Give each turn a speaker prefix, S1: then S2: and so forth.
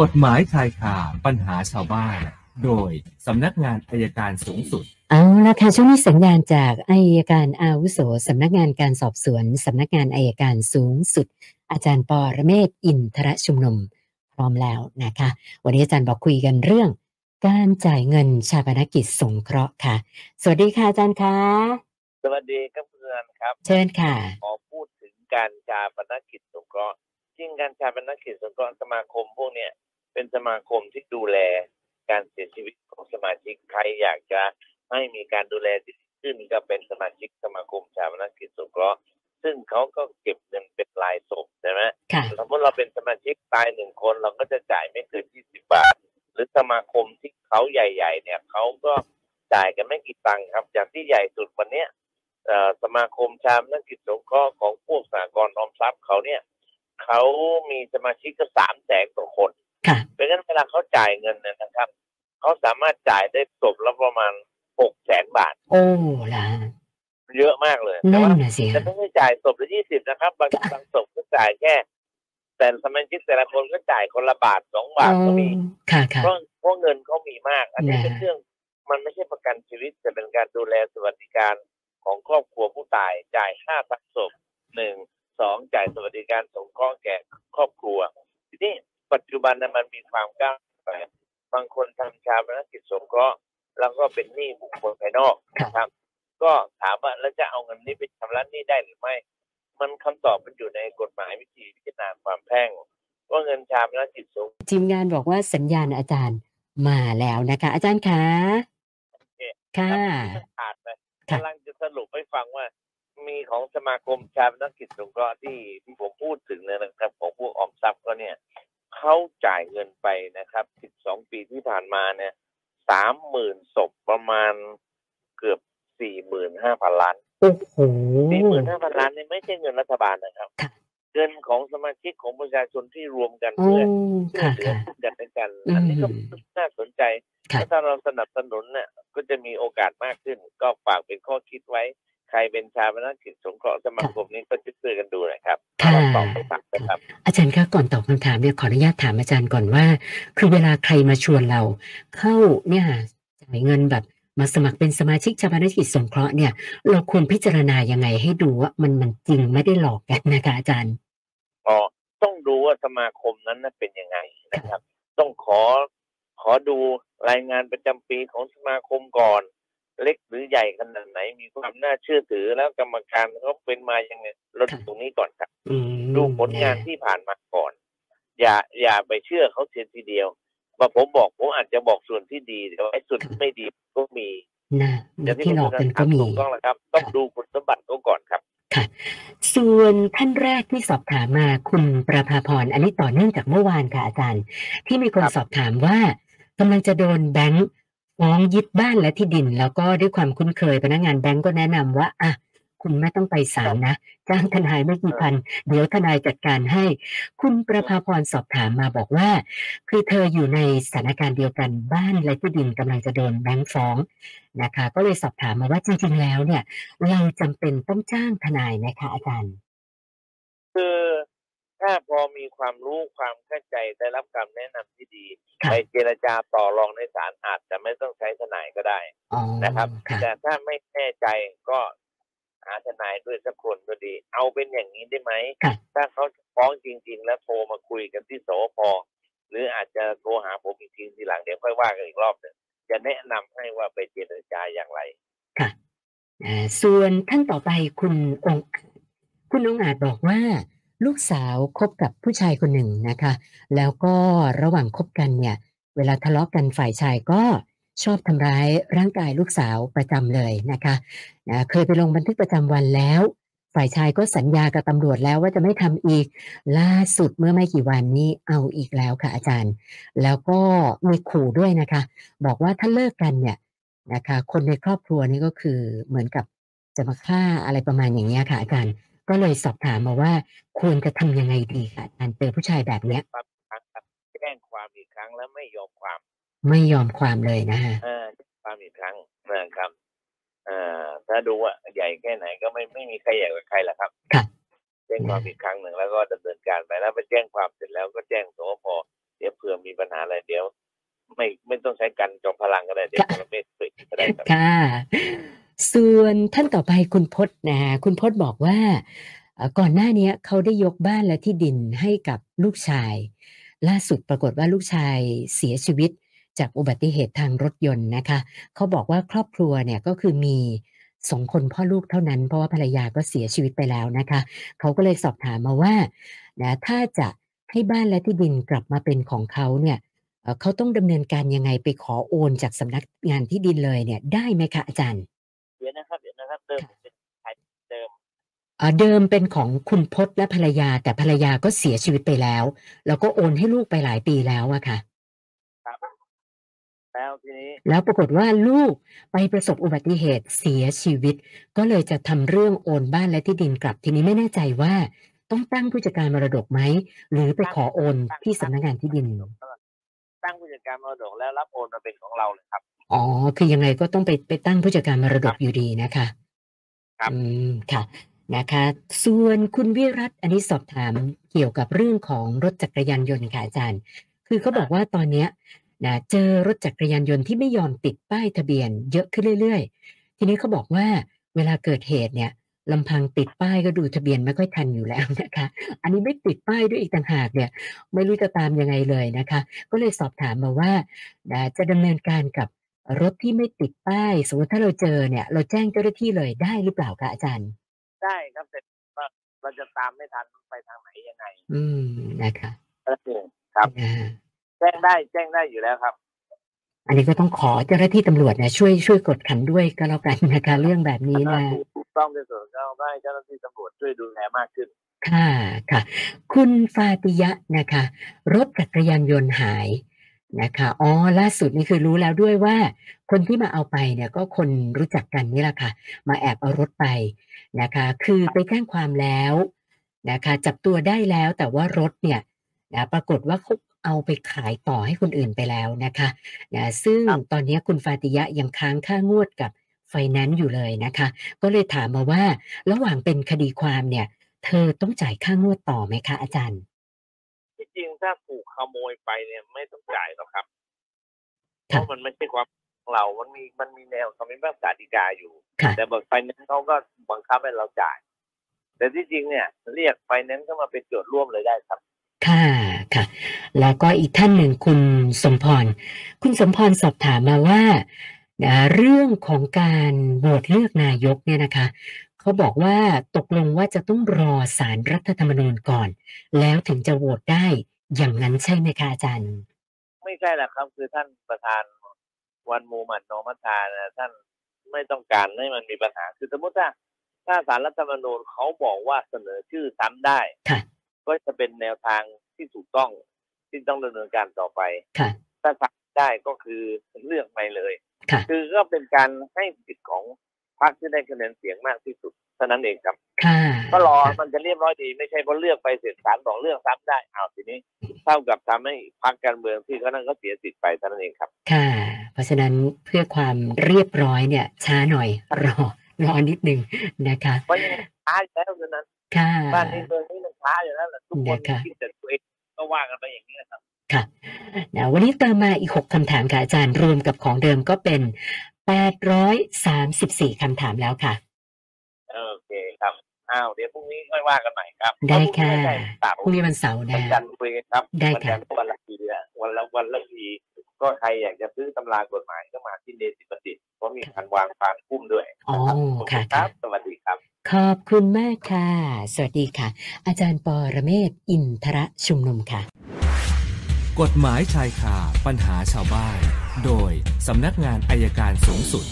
S1: กฎหมายชายคาปัญหาชาวบ้าน โดยสำนักงานอายการสูงสุด
S2: เอาละค่ะช่วงนี้สัญญาณจากอายการอาวุโสสำนักงานการสอบสวนสำนักงานอายการสูงสุด อาจารย์ปอระเมศวร์อินทรชุมนุมพร้อมแล้วนะคะ วันนี้อาจารย์บอกคุยกันเรื่อง การจ่ายเงินชาปนกิจสงเคราะห์ค่ะ สวัสดีค่ะอาจารย์คะ
S3: สวัสดีครับเพื่อนครับ
S2: เชิญค่ะ
S3: ขอพูดถึงการชาปนกิจสงเคราะห์จริงการชาปนกิจสงเคราะห์สมาคมพวกเนี้ยเป็นสมาคมที่ดูแลการเสียชีวิตของสมาชิกใครอยากจะให้มีการดูแลที่ดีขึ้นก็เป็นสมาชิกสมาคมชาปนกิจสงเคราะห์ซึ่งเขาก็เก็บเงินเป็นรายศพใช่ไหม
S2: ค่ะ
S3: สมมติเราเป็นสมาชิกตายหนึ่งคนเราก็จะจ่ายไม่เกินยี่สิบบาท หรือสมาคมที่เขาใหญ่ๆ เนี่ยเขาก็จ่ายกันไม่กี่ตังค์ครับ อย่างที่ใหญ่สุดวันเนี้ยเอ่อสมาคมชามนักกิจสงเคราะห์ของพวกสากลออมทรัพย์เขาเนี่ยเขามีสมาชิกก็สามแสนกว่าคน
S2: ค่ะ
S3: เพราะฉะนั้นเวลาเขาจ่ายเงินเนี่ยนะครับเขาสามารถจ่ายได้ศพละประมาณหกแสนบาท
S2: โอ้ล่ะ
S3: เยอะมากเลยแต่
S2: นั่น
S3: ว่า
S2: น่ะสิ
S3: จะ
S2: คะ
S3: ไม่ได้จ่ายศพละยี่สิบนะครับบางบางศพก็จ่ายแค่ แต่สมาชิกแต่ละคนก็จ่ายคนละบาทสองบาทก็มี
S2: อ๋อค่ะค่ะ
S3: เพราะเพราะเงินเขามีมาก อันนี้
S2: นะ
S3: เป็นเรื่องมันไม่ใช่ประกันชีวิต แต่เป็นการดูแลสวัสดิการของครอบครัวผู้ตาย จ่ายห้าพันศพหนึ่งสองจ่ายสวัสดิการสงเคราะห์แก่ครอบครัว ทีนี้ปัจจุบันนะมันมีความก้าวไปบางคนทำชาปนกิจสงเคราะห์แล้วก็เป็นหนี้บุคคลภายนอกนะครับ ก็ถามว่าแล้วจะเอาเงินนี้ไปชำระหนี้ได้หรือไม่ มันคำตอบมันอยู่ในกฎหมายวิธีพิจารณาความแพ่ง ว่าเงินชาปนกิจสงฆ์
S2: ทีมงานบอกว่าสัญญาณอาจารย์มาแล้วนะคะ อาจารย์คะค่ะ
S3: ขาดไป
S2: ค่ะ
S3: กำลังจะสรุปให้ฟังว่า มีของสมาคมชาปนกิจสงเคราะห์ที่ที่ผมพูดถึงเนี่ยนะครับ ของพวกออมทรัพย์ก็เนี่ยเขาจ่ายเงินไปนะครับ 12 ปีที่ผ่านมาเนี่ย 30,000ศพประมาณเกือบ 45,000 ล้าน
S2: โอ้โห
S3: สี่หมื่นห้าพันล้านนี่ไม่ใช่เงินรัฐบาลนะครับ
S2: ค่ะ
S3: เงินของสมาชิกของประชาชนที่รวมกัน
S2: โอ้
S3: เพื่อช่วย
S2: ค่ะ
S3: เหลือ
S2: ค่ะ
S3: กันและกัน
S2: อืม
S3: อันนี้ก็น่าสนใจ
S2: ค่ะ
S3: และถ้าเราสนับสนุนเนี่ยก็จะมีโอกาสมากขึ้น ก็ฝากเป็นข้อคิดไว้ ใครเป็นชาปนกิจสงเคราะห์สมาคมนี้ก็ช่วยๆกันดูหนะครับ
S2: ค่ะ
S3: เราตอบไปตามนะครับ
S2: อาจารย์คะก่อนตอบคำถามเนี่ยขออนุญาตถามอาจารย์ก่อนว่า คือเวลาใครมาชวนเรา เข้าเนี่ยจ่ายเงินแบบมาสมัครเป็นสมาชิกชาปนกิจสงเคราะห์เนี่ย เราควรพิจารณายังไงให้ดูว่ามันมันจริงไม่ได้หลอกกันนะคะอาจารย์
S3: อ๋อต้องดูว่าสมาคมนั้นน่ะเป็นยังไงนะครับ ต้องขอขอดูรายงานประจำปีของสมาคมก่อน เล็กหรือใหญ่ขนาดไหน มีความน่าเชื่อถือแล้วกรรมการเขาเป็นมายังไงเราดู
S2: ค่ะ
S3: ตรงนี้ก่อนครับ
S2: อืม
S3: ดูผลงานที่ผ่านมาก่อน อย่าอย่าไปเชื่อเขาเสียทีเดียวว่าผมบอกผมอาจจะบอกส่วนที่ดีแต่ว่าไอ้ส่วนที่ไม่ดีก็มี
S2: นะนะที่หลอกกันก็มี
S3: ถูกต้องแล้วครับ ต้องดูคุณสมบัติเขาก่อนครับ
S2: ส่วนท่านแรกที่สอบถามมาคุณประภาพรอันนี้ต่อเนื่องจากเมื่อวานค่ะอาจารย์ ที่มีคน
S3: ครับ
S2: สอบถามว่ากำลังจะโดนแบงค์ฟ้องยึดบ้านและที่ดิน แล้วก็ด้วยความคุ้นเคยพนักงานแบงค์ก็แนะนำว่าอ่ะคุณไม่ต้องไปศาลนะจ้างทนายไม่กี่พัน เดี๋ยวทนายจัดการให้ คุณประภาพรสอบถามมาบอกว่า คือเธออยู่ในสถานการณ์เดียวกันบ้านและที่ดินกำลังจะโดนแบงค์ฟ้องนะคะ ก็เลยสอบถามมาว่าจริงๆแล้วเนี่ย เราจำเป็นต้องจ้างทนายไหมคะอาจารย์
S3: คือถ้าพอมีความรู้ความเข้าใจได้รับคำแนะนำที่ดี
S2: ค่ะ
S3: ไปเจรจาต่อรองในศาลอาจจะไม่ต้องใช้ทนายก็ได้
S2: อ๋อ
S3: นะครับ
S2: ค่ะ
S3: แต่ถ้าไม่แน่ใจก็หาทนายด้วยสักคนก็ดี เอาเป็นอย่างนี้ได้ไหม
S2: ค่ะ
S3: ถ้าเขาฟ้องจริง ๆ แล้วโทรมาคุยกันที่สพหรืออาจจะโทรหาผมอีกทีทีหลังเดี๋ยวค่อยว่ากันอีกรอบหนึ่งจะแนะนำให้ว่าไปเจรจาอย่างไร
S2: อ่าส่วนท่านต่อไปคุณองค์อาจคุณองค์อาจบอกว่า ลูกสาวคบกับผู้ชายคนหนึ่งนะคะ แล้วก็ระหว่างคบกันเนี่ย เวลาทะเลาะกันฝ่ายชายก็ชอบทำร้ายร่างกายลูกสาวประจำเลยนะคะนะเคยไปลงบันทึกประจำวันแล้ว ฝ่ายชายก็สัญญากับตำรวจแล้วว่าจะไม่ทำอีก ล่าสุดเมื่อไม่กี่วันนี้เอาอีกแล้วค่ะอาจารย์ แล้วก็มีขู่ด้วยนะคะ บอกว่าถ้าเลิกกันเนี่ย นะคะคนในครอบครัวนี่ก็คือเหมือนกับจะมาฆ่าอะไรประมาณอย่างเงี้ยค่ะอาจารย์ ก็เลยสอบถามมาว่าควรจะทำยังไงดีค่ะอาจารย์เจอผู้ชายแบบเนี้ย
S3: แจ้งความอีกครั้งแล้วไม่ยอมความ
S2: ไม่ยอมความเลยนะฮะ
S3: เอ่อความอีกครั้งนะครับเอ่อถ้าดูว่าใหญ่แค่ไหนก็ไม่ไม่มีใครใหญ่กว่าใครแหละครับ
S2: ครับ
S3: แจ้งความอีกครั้งหนึ่งแล้วก็ดำเนินการไปแล้วไปแจ้งความเสร็จแล้วก็แจ้งสพเดี๋ยวเผื่อมี ปัญหาอะไรเดี๋ยว ไม่ไม่ต้องใช้กันจอมพลังก็ได้เดี๋ยว
S2: ค่ะ
S3: ประเมศฝึกก็ได้ครับ
S2: ค่ะ ส่วนท่านต่อไปคุณพจน์นะคุณพจน์บอกว่าเอ่อก่อนหน้าเนี้ยเขาได้ยกบ้านและที่ดินให้กับลูกชาย ล่าสุดปรากฏว่าลูกชายเสียชีวิตจากอุบัติเหตุทางรถยนต์นะคะ เขาบอกว่าครอบครัวเนี่ยก็คือมีสองคนพ่อลูกเท่านั้น เพราะว่าภรรยาก็เสียชีวิตไปแล้วนะคะ เขาก็เลยสอบถามมาว่านะถ้าจะให้บ้านและที่ดินกลับมาเป็นของเขาเนี่ย เอ่อเขาต้องดำเนินการยังไงไปขอโอนจากสำนักงานที่ดินเลยเนี่ยได้ไหมคะอาจารย์
S3: เดี๋ยวนะครับเดี๋ยวนะครับเติมเป็นใครเติม
S2: เอ่อเดิมเป็นของคุณพจน์และภรรยาแต่ภรรยาก็เสียชีวิตไปแล้ว แล้วก็โอนให้ลูกไปหลายปีแล้วอะค่ะ
S3: แล้วทีนี้
S2: แล้วปรากฏว่าลูกไปประสบอุบัติเหตุเสียชีวิต ก็เลยจะทำเรื่องโอนบ้านและที่ดินกลับทีนี้ไม่แน่ใจว่า ต้องตั้งผู้จัดการมรดกไหมหรือไปขอโอนที่สำนักงานที่ดิน
S3: ตั้งผู้จัดการมรดกแล้วรับโอนมาเป็นของเราเลยครับ
S2: อ๋อคือยังไงก็ต้องไปไปตั้งผู้จัดการมรดกอยู่ดีนะคะ
S3: ครับ
S2: อืมค่ะนะคะ ส่วนคุณวิรัตอันนี้สอบถามเกี่ยวกับเรื่องของรถจักรยานยนต์ค่ะอาจารย์ คือเขาบอกว่าตอนเนี้ยนะเจอรถจักรยานยนต์ที่ไม่ยอมติดป้ายทะเบียน เยอะขึ้นเรื่อยๆ ทีนี้เขาบอกว่าเวลาเกิดเหตุเนี่ยลำพังติดป้ายก็ดูทะเบียนไม่ค่อยทันอยู่แล้วนะคะ อันนี้ไม่ติดป้ายด้วยอีกต่างหากเนี่ยไม่รู้จะตามยังไงเลยนะคะ ก็เลยสอบถามมาว่านะจะดำเนินการกับ รถที่ไม่ติดป้าย สมมติถ้าเราเจอเนี่ย เราแจ้งเจ้าหน้าที่เลยได้หรือเปล่าคะอาจารย์
S3: ได้ครับแต่ว่าเราจะตามไม่ทันไปทางไหนยังไง
S2: อืมนะคะ
S3: ก็คือ ครับ
S2: อ่า
S3: แจ้งได้แจ้งได้อยู่แล้วครับ
S2: อันนี้ก็ต้องขอเจ้าหน้าที่ตำรวจนะช่วยช่วยกดขันด้วยก็แล้วกันนะคะ เรื่องแบบนี้นะ
S3: ถูกต้องที่สุดก็ต้องให้เจ้าหน้าที่ตำรวจช่วยดูแลมากขึ้น
S2: ค่ะค่ะ คุณฟาติยะนะคะ รถจักรยานยนต์หายนะคะอ๋อล่าสุดนี่คือรู้แล้วด้วยว่า คนที่มาเอาไปเนี่ยก็คนรู้จักกันนี่แหละค่ะ มาแอบเอารถไปนะคะ คือไปแจ้งความแล้วนะคะ จับตัวได้แล้วแต่ว่ารถเนี่ยนะปรากฏว่าเขาเอาไปขายต่อให้คนอื่นไปแล้วนะคะนะซึ่งตอนนี้คุณฟาติยะยังค้างค่างวดกับไฟแนนซ์อยู่เลยนะคะ ก็เลยถามมาว่าระหว่างเป็นคดีความเนี่ย เธอต้องจ่ายค่างวดต่อไหมคะอาจารย์
S3: ที่จริงถ้าถูกขโมยไปเนี่ยไม่ต้องจ่ายหรอกครับ เพ
S2: ค่ะ
S3: ราะมันไม่ใช่ความของเรา มันมีมันมีแนวคำพิพากษาฎีกาอยู่
S2: ค่ะ
S3: แต่เบิกไฟแนนซ์เขาก็บังคับให้เราจ่าย แต่ที่จริงเนี่ย เรียกไฟแนนซ์เข้ามาเป็นโจทย์ร่วมเลยได้ครับ
S2: ค่ะ ค่ะ แล้วก็อีกท่านหนึ่งคุณสมพร คุณสมพรสอบถามมาว่านะเรื่องของการโหวตเลือกนายกเนี่ยนะคะ เขาบอกว่าตกลงว่าจะต้องรอสารรัฐธรรมนูญก่อน แล้วถึงจะโหวตได้อย่างนั้นใช่ไหมคะอาจารย์
S3: ไม่ใช่หรอกครับ คือท่านประธานวันมูฮัมหมัดนอมัตตานะท่านไม่ต้องการให้มันมีปัญหา คือสมมติถ้าถ้าสารรัฐธรรมนูญเขาบอกว่าเสนอชื่อซ้ำได้
S2: ค่ะ
S3: ก็จะเป็นแนวทางที่ถูกต้องที่ต้องดำเนินการต่อไป
S2: ค่ะ
S3: ถ้าซ้ำได้ก็คือเลือกไปเลย
S2: ค่ะ
S3: อก็เป็นการให้สิทธิ์ของพรรคที่ได้คะแนนเสียงมากที่สุดเท่านั้นเองครับ
S2: ค่ะ
S3: ก็รอ
S2: ค่ะ
S3: มันจะเรียบร้อยดีไม่ใช่พอเลือกไปเสร็จสารบอกเลือกซ้ำได้เอาวทีนี้ เท่ากับทำให้พรรคการเมืองที่เขานั่นก็เสียสิทธิ์ไปเท่านั้นเองครับ
S2: ค่ะ เพราะฉะนั้นเพื่อความเรียบร้อยเนี่ย ช้าหน่อย รอ รอนิดหนึ่งนะคะ
S3: เพราะยังไงช้าอยู่แล้วเท่านั้น
S2: ค่ะ
S3: บ้านนี้เมืองนี้มันช้าอยู่แล้วแหละทุกคน
S2: นะคะ
S3: คิดแต่ตัวเองก็ว่ากันไปอย่างนี้นะครับ
S2: ค่ะนะวันนี้เติมมาอีก 6คำถามค่ะอาจารย์รวมกับของเดิมก็เป็น 834คำถามแล้วค่ะ
S3: โอเคครับอ้าวเดี๋ยวพรุ่งนี้ค่อยว่ากันใหม่ครับ
S2: ได้ค่ะ
S3: พรุ่งนี้ไม่ใช่เสาร์
S2: พรุ่งนี้วันเสาร์นะ
S3: วันจันทร์คุยกันครับ
S2: ได้
S3: วั
S2: ค่ะ
S3: จันทร์วันละทีละวันละวันละทีก็ใครอยากจะซื้อตำรากฎหมายก็มาที่เดสิบัณฑิตเพราะมีการวางฟางคุ้มด้วย
S2: อ๋อ
S3: นะครับข
S2: ค่ะค่ะ
S3: อบณครับ สวัสดีครับ
S2: ขอบคุณมากค่ะ สวัสดีค่ะ อาจารย์ปอระเมศวร์อินทระชุมนุมค่ะ
S1: กฎหมายชายคาปัญหาชาวบ้าน โดยสำนักงานอายการสูงสุด